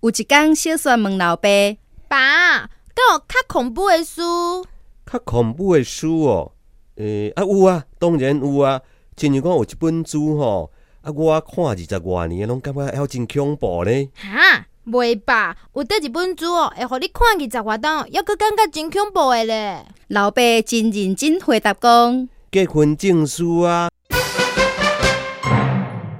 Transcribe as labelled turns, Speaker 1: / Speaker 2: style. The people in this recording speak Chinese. Speaker 1: 有一天，小雪问老爸：
Speaker 2: 爸，敢有较恐怖的书？
Speaker 3: 较恐怖的书哦，诶、啊有啊，当然有啊。亲像讲有一本书吼，啊我看二十外年，拢感觉还真恐怖咧。
Speaker 2: 哈，袂吧？有得一本书哦，会互你看去十外档，还阁感觉真恐怖的咧。
Speaker 1: 老爸真认真回答讲。
Speaker 3: 结婚证书啊，